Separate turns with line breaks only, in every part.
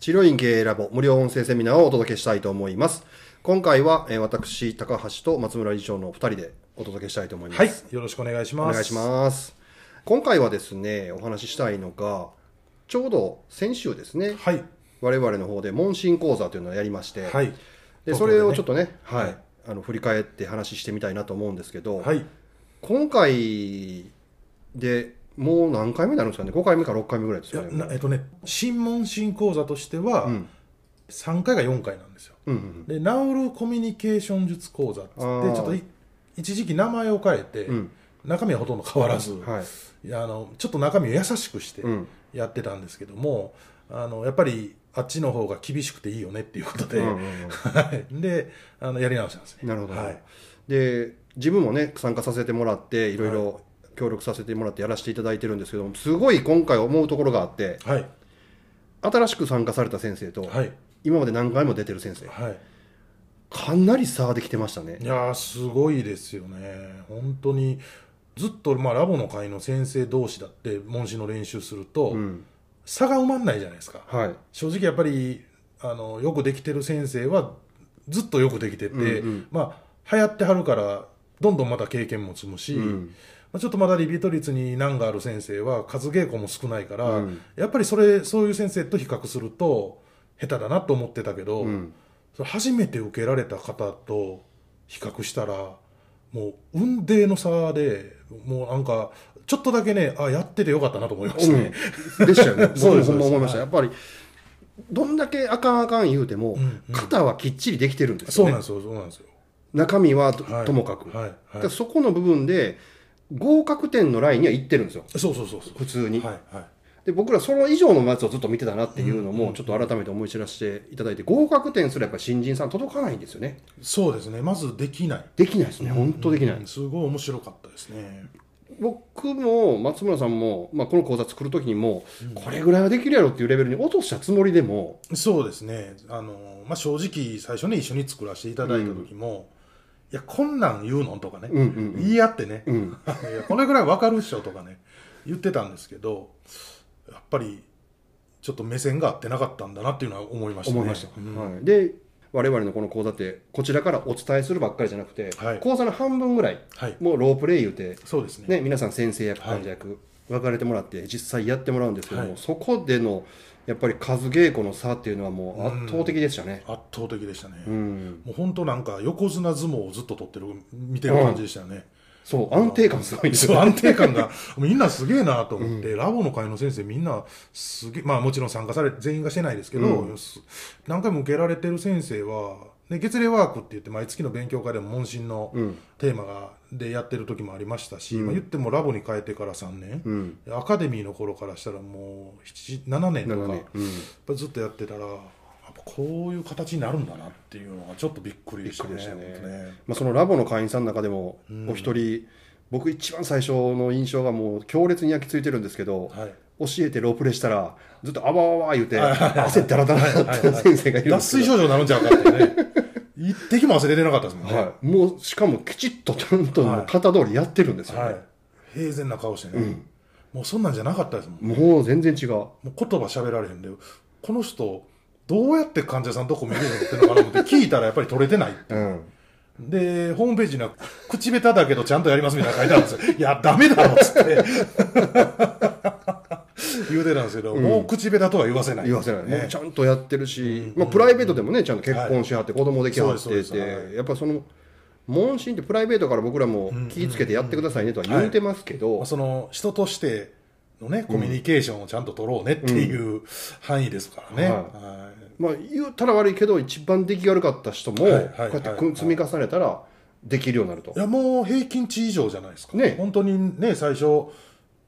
治療院経営ラボ無料音声セミナーをお届けしたいと思います。今回は、えー私、高橋と松村理事長の2人でお届けしたいと思います。
はい、よろしくお願いします。
お願いします。今回はですね、お話ししたいのが、ちょうど先週ですね、
はい、
我々の方で問診講座というのをやりまして、
はい、
でそれをちょっ
っ
とね、はい、
はい
あの振り返って話してみたいなと思うんですけど、
はい、
今回でもう何回目になるんですかね、5回目か6回目ぐらいです
い
よ
や
ね。
なえっとね、新問診講座としては、
うん
3回が4回なんですよ。
うんうん
で、治るコミュニケーション術講座っつって、ち
あー
ょっとい一時期名前を変えて、
うん
中身はほとんど変わらず、
うんはい
いやあのちょっと中身を優しくして
うん
やってたんですけども、あのやっぱりあっちの方が厳しくていいよねっていうことで、
うんうんうん
はい、であのやり直したんですね。
なるほど、
はい、
で自分もね参加させてもらっていろいろ協力させてもらってやらせていただいてるんですけどもすごい今回思うところがあって
はい、
新しく参加された先生と、
はい、
今まで何回も出てる先生
はい。
かなり差できてましたね
いやーすごいですよね、本当にずっと、まあ、ラボの会の先生同士だって、問診の練習すると、
うん
差が埋まんないじゃないですか、
はい
正直やっぱりあの、よくできてる先生は、ずっとよくできてて、
うんうん
まあ、流行ってはるから、どんどんまた経験も積むし、
うん
まあちょっとまだリピート率に難がある先生は、数稽古も少ないから、
うん
やっぱりそれそういう先生と比較すると、下手だなと思ってたけど。
うん
それ初めて受けられた方と比較したらもう運命の差でもうなんかちょっとだけねあやっててよかったなと思いましたね、
うんでした よね
そう
僕もほ
です
んま思いました、
は
やっぱりどんだけあかんあかん言うても、
んうん
肩はきっちりできてるんですよ
そう
ね
なんですよそうなんですよ、
中身はと,、
はい
もかく、
は
だ
いは
から
い、
そこの部分で合格点のラインには行ってるんですよ
そうそうそうそう
普通に、
はいはい
で僕らその以上のやつをずっと見てたなっていうのもちょっと改めて思い知らせていただいて合格点すらやっぱ新人さん届かないんですよね
そうですねまずできない
できないですね本当できない、
うんすごい面白かったですね
僕も松村さんも、まあ、この講座作る時にもこれぐらいはできるやろっていうレベルに落としたつもりでも
そうですねあの、まあ、正直最初ね一緒に作らせていただいた時も、いやこんなん言うのとかね、
うんうん
言い合ってね、
うん
いやこれぐらい分かるっしょとかね言ってたんですけどやっぱりちょっと目線が合ってなかったんだなっていうのは思いましたね
思いました、
うん
はい、で我々のこの講座ってこちらからお伝えするばっかりじゃなくて、
はい
講座の半分ぐらい
はい
もうロープレイ言うて
そうですね
ね、皆さん先生役患者役、分かれてもらって実際やってもらうんですけども、
はい
そこでのやっぱり数稽古の差っていうのはもう圧倒的でしたね。
圧倒的でしたね、
うん
もう本当なんか横綱相撲をずっと取ってる見てる感じでしたよね、
そう安定感すごいんです
そう
よ。
安定感が みんなすげえなと思って、ラボの会の先生みんなすげえまあもちろん参加されて全員がしてないですけど、
う
す何回も受けられてる先生は、ね、月例ワークって言って毎月の勉強会でも問診の、
うん
テーマがでやってる時もありましたし、
うん
まあ、言ってもラボに変えてから3年、
うん
アカデミーの頃からしたらもう7 7年と
な
か
ので、うん、
やっぱずっとやってたらやっぱこういう形になるんだなっていうのがちょっとびっくりでしたね
びっくりでしたね
本当ね
まあそのラボの会員さんの中でも
うん
お一人、僕一番最初の印象がもう強烈に焼き付いてるんですけど、
はい
教えてロープレイしたらずっとあわあわ言うて汗だらだらになった先生がいるん
脱
ですけ
水
ど。
症状になるんちゃうかっ てね一滴も忘れてなかったですもんね、
はい、もうしかもきちっとちゃんともう型通りやってるんですよね、
はい平然な顔してね、もうそんなんじゃなかったですもん
もう全然違う
もう言葉喋られへんで、この人、どうやって患者さんとコミュニケーション取ってるのかなと思って聞いたらやっぱり取れてない。
うん
で、ホームページには、口下手だけどちゃんとやりますみたいなの書いてあるんですよ。いや、ダメだろっつって。 言うてたんですけど、もう口下手とは言わせない。
言わせない、もう
ね
ち。ゃんとやってるし、まあ、プライベートでもねちゃんと結婚しはって、子供できはっ
そうで
て
す
て、
そうですはい
やっぱその問診ってプライベートから僕らも気ぃつけてやってくださいねとは言うてますけど、
まあその、人としてのね、コミュニケーションをちゃんと取ろうねっていう範囲ですからね。
うん
は
まあ、言うたら悪いけど一番出来悪かった人も、
はいはいはい
こうやって積み重ねたらできるようになると、
い、いや、もう平均値以上じゃないですか。
ね
本当にね、最初、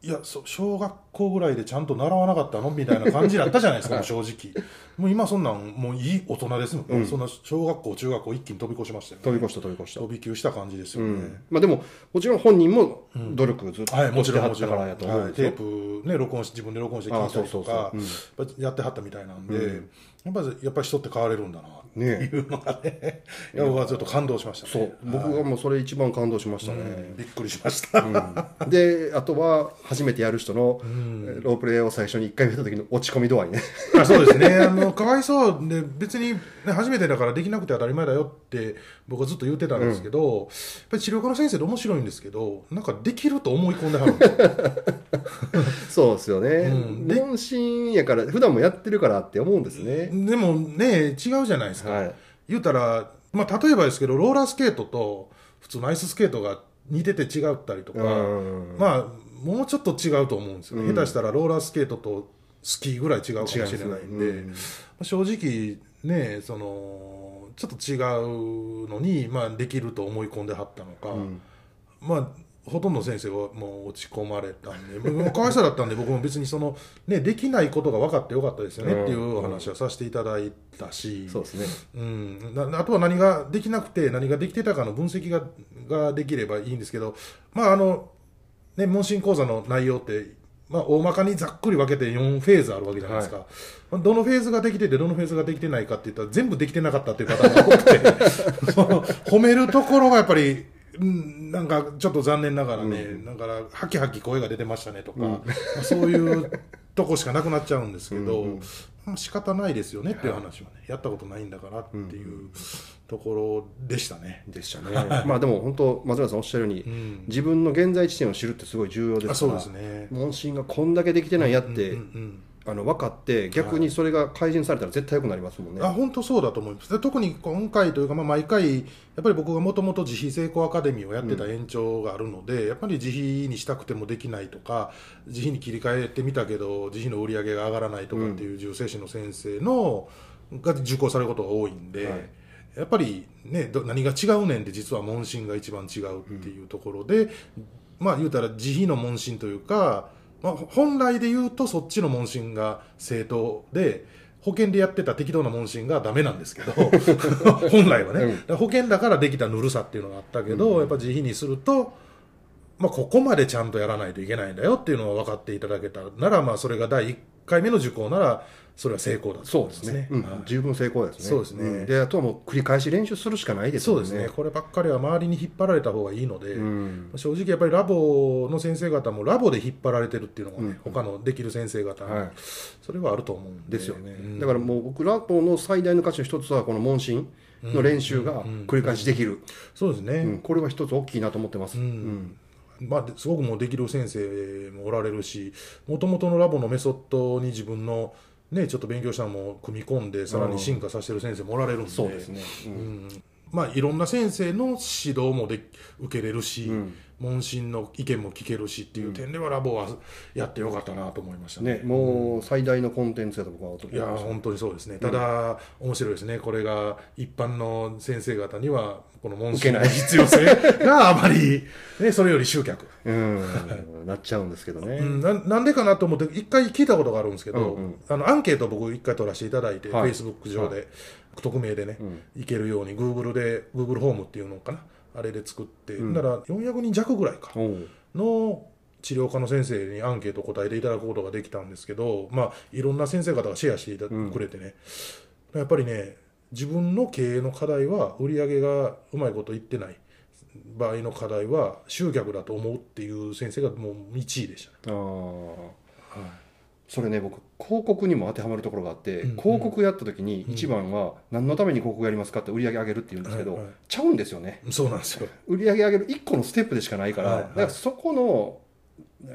いやそ小学校ぐらいでちゃんと習わなかったのみたいな感じだったじゃないで すか、もう正直。もう今そんなん、もういい大人ですもん、ねそんな小学校、中学校一気に飛び越しましたよ、ね。
飛び越した飛び越した、
飛び級した感じですよ
う
ね。
んまあ、でももちろん本人も努力ずっと
はい、も
し
ち
て
ろん、
は
も
っ
ち
た
ろ
から
ん。
やと思う
は
ん
い、
ですよ、
テープね、録音し、自分で録音して聞いたりとか、
あそう
やっぱやってはったみたいなんで、やっぱり、やっぱり人って変われるんだな、っていうのがね、 いや、僕はちょっと感動しましたね。
そう僕はもうそれ一番感動しましたね、
うんびっくりしました。
であとは初めてやる人のロープレイを最初に1回見た時の落ち込み度合いね
あそうですね、あののかわいそうで別に、ね、初めてだからできなくて当たり前だよって僕はずっと言ってたんですけど、やっぱり治療科の先生って面白いんですけどなんかできると思い込んではるんです よ
そうですよね、
うんで
問診やから普段もやってるからって思うんですね、
でもね違うじゃないですか、
はい
言うたら、まあ、例えばですけどローラースケートと普通のアイススケートが似てて違ったりとか、
うん
まあもうちょっと違うと思うんですよ、
うん
下手したらローラースケートとスキーぐらい違うかもしれないんで、
うん
まあ正直ねそのちょっと違うのに、まあ、できると思い込んではったのか、
うん
まあほとんどの先生はもう落ち込まれたんで、 僕もかわいそうだったんで、僕も別にその、ね、できないことが分かってよかったですよねっていうお話はさせていただいたし、
そうですね
うん、なあとは何ができなくて、何ができてたかの分析がができればいいんですけど、まああのね、問診講座の内容って、まあ、大まかにざっくり分けて4フェーズあるわけじゃないですか、まあどのフェーズができてて、どのフェーズができてないかって言ったら、全部できてなかったっていう方が多くて、その 褒めるところがやっぱり、うんなんかちょっと残念ながらね、だから、はきはき声が出てましたねとか、まあそういうとこしかなくなっちゃうんですけど、まあ仕方ないですよねっていう話はね、やったことないんだからっていうところでしたね。
でしたねまあでも本当松村さんおっしゃるように、
うん
自分の現在地点を知るってすごい重要ですから
あそうですね。
問診がこんだけできてないやって、
うんうん
あの分かって逆にそれが改善されたら絶対良くなりますもんね、
あ本当そうだと思いますで特に今回というか、まあ、毎回、やっぱり僕がもともと自費成功アカデミーをやってた延長があるので、やっぱり自費にしたくてもできないとか、自費に切り替えてみたけど、自費の売り上げが上がらないとかっていう重生師の先生の、が受講されることが多いんで。
はい
やっぱりね、ど何が違うねんって実は問診が一番違うっていうところで、まあ言うたら自費の問診というか、まあ、本来で言うとそっちの問診が正当で、保険でやってた適当な問診がダメな んですけど、本来はね。
うん
だから保険だからできたぬるさっていうのがあったけど、やっぱ自費にすると、まあ、ここまでちゃんとやらないといけないんだよっていうのは分かっていただけたなら、まあ、それが第1回目の受講なら、それは成功だと思いますね。
うん
はい
十分成功ですね
そうですね
んであとはもう繰り返し練習するしかないです
そ
も
うんで
ね
すね、こればっかりは周りに引っ張られた方がいいので、
うん
正直やっぱりラボの先生方もラボで引っ張られてるっていうのがね、
うん
他のできる先生方、
はい
それはあると思うんで
ですよね、
うん
だからもう僕らとの最大の価値の一つはこの問診の練習が繰り返しできる、
そうですね、
うんこれは一つ大きいなと思ってます、うん
まあ、ですごくもうできる先生もおられるしもともとのラボのメソッドに自分の、ね、ちょっと勉強したのも組み込んでさらに進化させてる先生もおられるんで
そうですね、う
うんんまあ、いろんな先生の指導もで受けれるし、
うん
問診の意見も聞けるしっていう点ではラボはやってよかったなと思いました
ね
ね。
もう最大のコンテンツだと僕は思って
いやー
ます
本当にそうですね、ただ、面白いですね、これが一般の先生方には、この問診の
受けない
必要性 があまり、ね、それより集客、
うん、なっちゃうんですけどね、
うん、ななんでかなと思って一回聞いたことがあるんですけど、
うんうん
あのアンケート僕一回取らせていただいて、
はい
Facebook 上で、匿名でね、
ん
いけるように Google で Google ホームっていうのかなあれで作って、なら400人弱ぐらいか
おう
の治療科の先生にアンケートを答えていただくことができたんですけど、まあ、いろんな先生方がシェアしていたくれてね、やっぱりね自分の経営の課題は売り上げがうまいこといってない場合の課題は集客だと思うっていう先生がもう1位でした
あ
ね。
ーそれね僕広告にも当てはまるところがあって、
うんうん
広告やった時に一番は何のために広告やりますかって売り上げ上げるって言うんですけど、
はいはい
ちゃうんですよね
そうなんですよ。
売り上げ上げる一個のステップでしかないから、
はいはい
だからそこの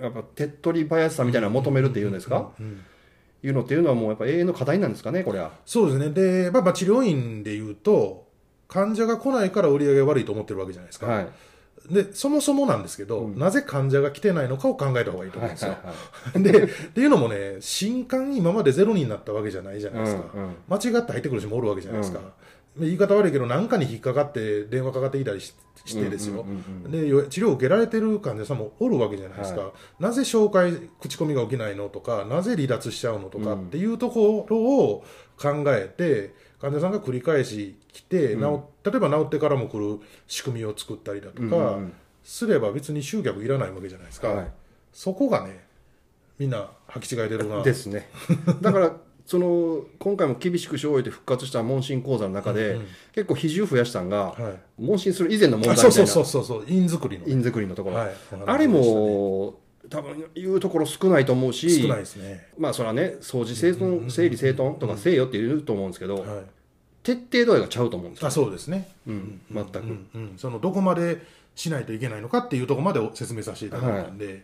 やっぱ手っ取り早さみたいなのを求めるっていうんですか、
うん
いうのっていうのはもうやっぱ永遠の課題なんですかねこれは
そうですね。で、まあ、まあ治療院で言うと、患者が来ないから売り上げ悪いと思ってるわけじゃないですか。
はい
で、そもそもなんですけど、
うん
なぜ患者が来てないのかを考えた方がいいと
は
思
いはい
うんですよ。
はい
で、っていうのもね、新刊今までゼロになったわけじゃないじゃないですか。
うんうん
間違って入ってくる人もおるわけじゃないですか。で言い方悪いけど、何かに引っかかって電話かかってきたりししてですよ。
うんうんうんうん
でよ治療を受けられてる患者さんもおるわけじゃないですか、
は
なぜ紹介、口コミが起きないのとか、なぜ離脱しちゃうのとか
うん
っていうところを考えて、患者さんが繰り返し来て、治例えば治ってからも来る仕組みを作ったりだと
うん
か、
うんうん
すれば別に集客いらないわけじゃないですか、
はい
そこがね、みんな履き違えてる な。
ですね だからその今回も厳しくしを終えて復活した問診講座の中で、結構比重増やしたんが、
はい
問診する以前の問題
あ
みた
そ
いな
うそうそうそうそう、印作りの。
印作りのところ、
はい
あれも多分言うところ少ないと思うし
少ないですね、
まあそれはね掃除整頓整理整頓とかせえよって言うと思うんですけど、
は
徹底度合いがちゃうと思うんです
い、あ
よ、
そうですね、
うん、全く、
うんうん、そのどこまでしないといけないのかっていうところまでお説明させていただいたんで、はい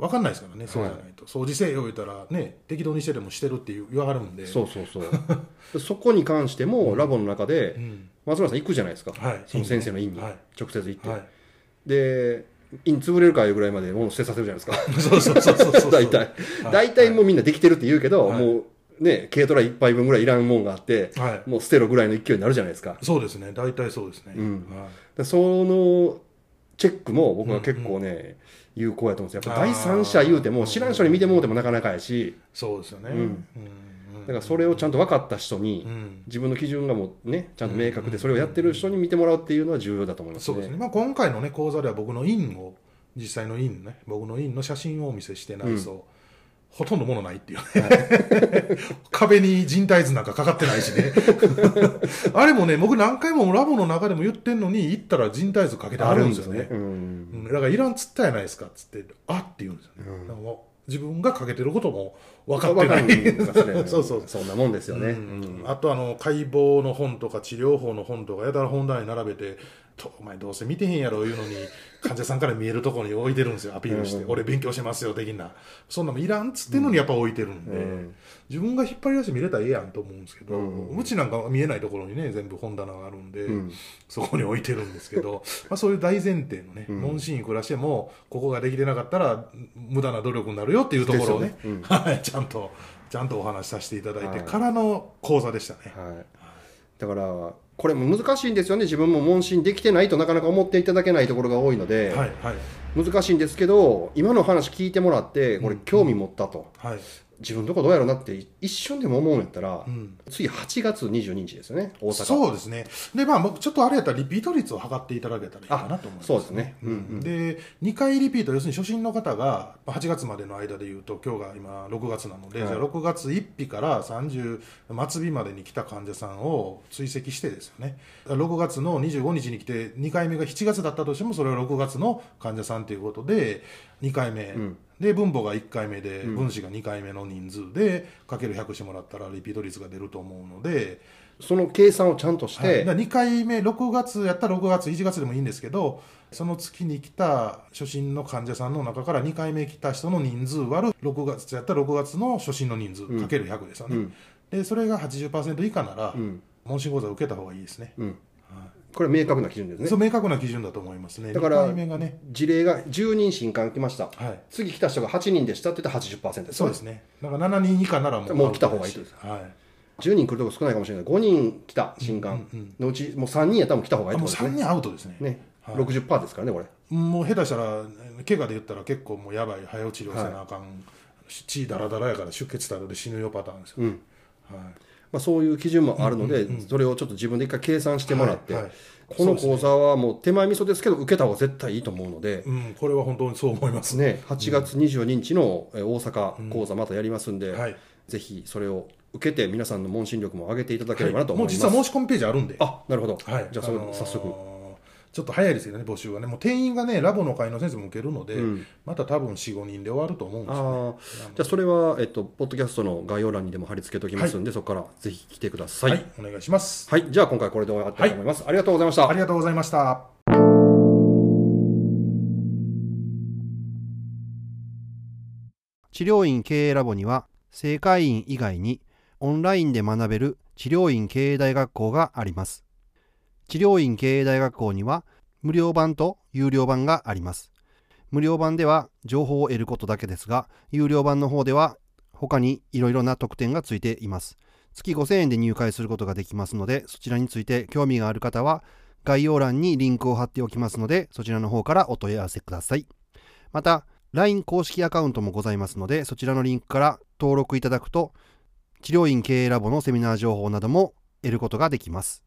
分かんないですからねそうじゃないと、掃除せえよ言うたらね適当にしてでもしてるって言わはるんで
そうそうそう そこに関してもラボの中で
ん
松村さん行くじゃないですか、
はい
その先生の院に
はい
直接行って、
は
で院潰れるかいうぐらいまで物捨てさせるじゃないですか
い、そうそう そうそうそう
大体大体もうみんなできてるって言うけど、
はい
もうね軽トラ1杯分ぐらいいらんもんがあって、
は
もう捨てろぐらいの勢いになるじゃないですか
い、そうですね大体そうですね、
うん
はい
でそのチェックも僕は結構ね、有効やと思うんですよ。やっぱ第三者言うて
あ
も
ー
知らん人に見てもうてもなかなかやし、
そうですよね、
うん
うん
だからそれをちゃんと分かった人に
う、ん
自分の基準がもうね、ちゃんと明確で、それをやってる人に見てもらうっていうのは重要だと思います
そう
ね。
ですね、まあ、今回の、ね、講座では僕の院を実際の院ね僕の院の写真をお見せしてないそう、ほとんどものないっていうね、 壁に人体図なんかかかってないしね あれもね僕何回もラボの中でも言ってんのに行ったら人体図かけてあるんですよね
うん
うんだからいらんっつったやないですかっつってあって言うんですよね、だからもう自分がかけてることも分かってない
分かんない
そうそう
そんなもんですよね。
うんあとあの解剖の本とか治療法の本とかやたら本棚に並べて「とお前どうせ見てへんやろ」いうのに患者さんから見えるところに置いてるんですよアピールして「俺勉強してますよ」的なそんなもんいらんっつってんのにやっぱ置いてるんで、
うん
自分が引っ張り出して見れたらええやんと思うんですけど、
う
うんちなんか見えないところにね全部本棚があるんで、
ん
そこに置いてるんですけ どまあそういう大前提のね、問診いくらしてもここができてなかったら無駄な努力になるよっていうところをね
ですよねうん
はい、ちゃんとちゃんとお話しさせていただいて
はい
からの講座でしたね。
はい。だから、これも難しいんですよね。自分も問診できてないとなかなか思っていただけないところが多いので、
はいはい
難しいんですけど、今の話聞いてもらって、これ興味持ったと。
はい。
自分のとこどうやろうなって一瞬でも思うんやったら、
ん
次8月22日ですよね大阪
そうですね。でまあ僕ちょっとあれやったらリピート率を測っていただけたらいいかなと思います、
そうですねうんうん
で2回リピート要するに初心の方がまあ8月までの間でいうと今日が今6月なので、
はい
じゃあ6月1日から30末日までに来た患者さんを追跡してですよね6月の25日に来て2回目が7月だったとしてもそれは6月の患者さんということで2回目、
ん
で分母が1回目で分子が2回目の人数でかける100してもらったらリピート率が出ると思うので。
その計算をちゃんとして、
はい、だから2回目6月やったら6月1月でもいいんですけどその月に来た初診の患者さんの中から2回目来た人の人数割る6月やったら6月の初診の人数かける100ですよね、
うん
でそれが80%以下なら、
うん
問診講座受けた方がいいですね、
うんこれは明確な基準です
そう
ね
明確な基準だと思いますね
だから
2回目がね
事例が10人新刊来ました、
はい
次来た人が8人でしたって言ったら80%です
そうですねだから7人以下ならもう
もう来た方がいいと
はい
10人来るとこ少ないかもしれない5人来た新刊のうちもう3人やったらもう来た方がい
あ
いって
もう
ことです
3
ね
人アウトですね
ね、
はい
60%ですからねこれ
もう下手したら怪我で言ったら結構もうやばい早治療せなあかん、血だらだらやから出血多量で死ぬよパターンですよ、
うん
はい、
まあ、そういう基準もあるので、それをちょっと自分で一回計算してもらって、
はいはい
この講座はもう手前味噌ですけど受けた方が絶対いいと思うので、
うん、これは本当にそう思いますね。
ね、8月22日のえー大阪講座またやりますんで、
はい
ぜひそれを受けて皆さんの問診力も上げていただければなと思
も
いうます、
実は申し込みページあるんで、
あなるほど、
はい、
じゃあそれ
のー
早速、
ちょっと早いですけどね、募集はね、もう定員がね、ラボの会の先生も受けるので、また多分4、5人で終わると思うんですよ、
あーじゃあそれは、えっと、ポッドキャストの概要欄にでも貼り付けておきますんで、そこからぜひ来てください、
は
はい
い、お願いします。
じゃあ今回これで終わりたいと思います、ありがとうございました
ありがとうございました。
治療院経営ラボには正会員以外にオンラインで学べる治療院経営大学校があります治療院経営大学校には無料版と有料版があります無料版では情報を得ることだけですが有料版の方では他にいろいろな特典がついています月5000円で入会することができますのでそちらについて興味がある方は概要欄にリンクを貼っておきますのでそちらの方からお問い合わせくださいまた LINE 公式アカウントもございますのでそちらのリンクから登録いただくと治療院経営ラボのセミナー情報なども得ることができます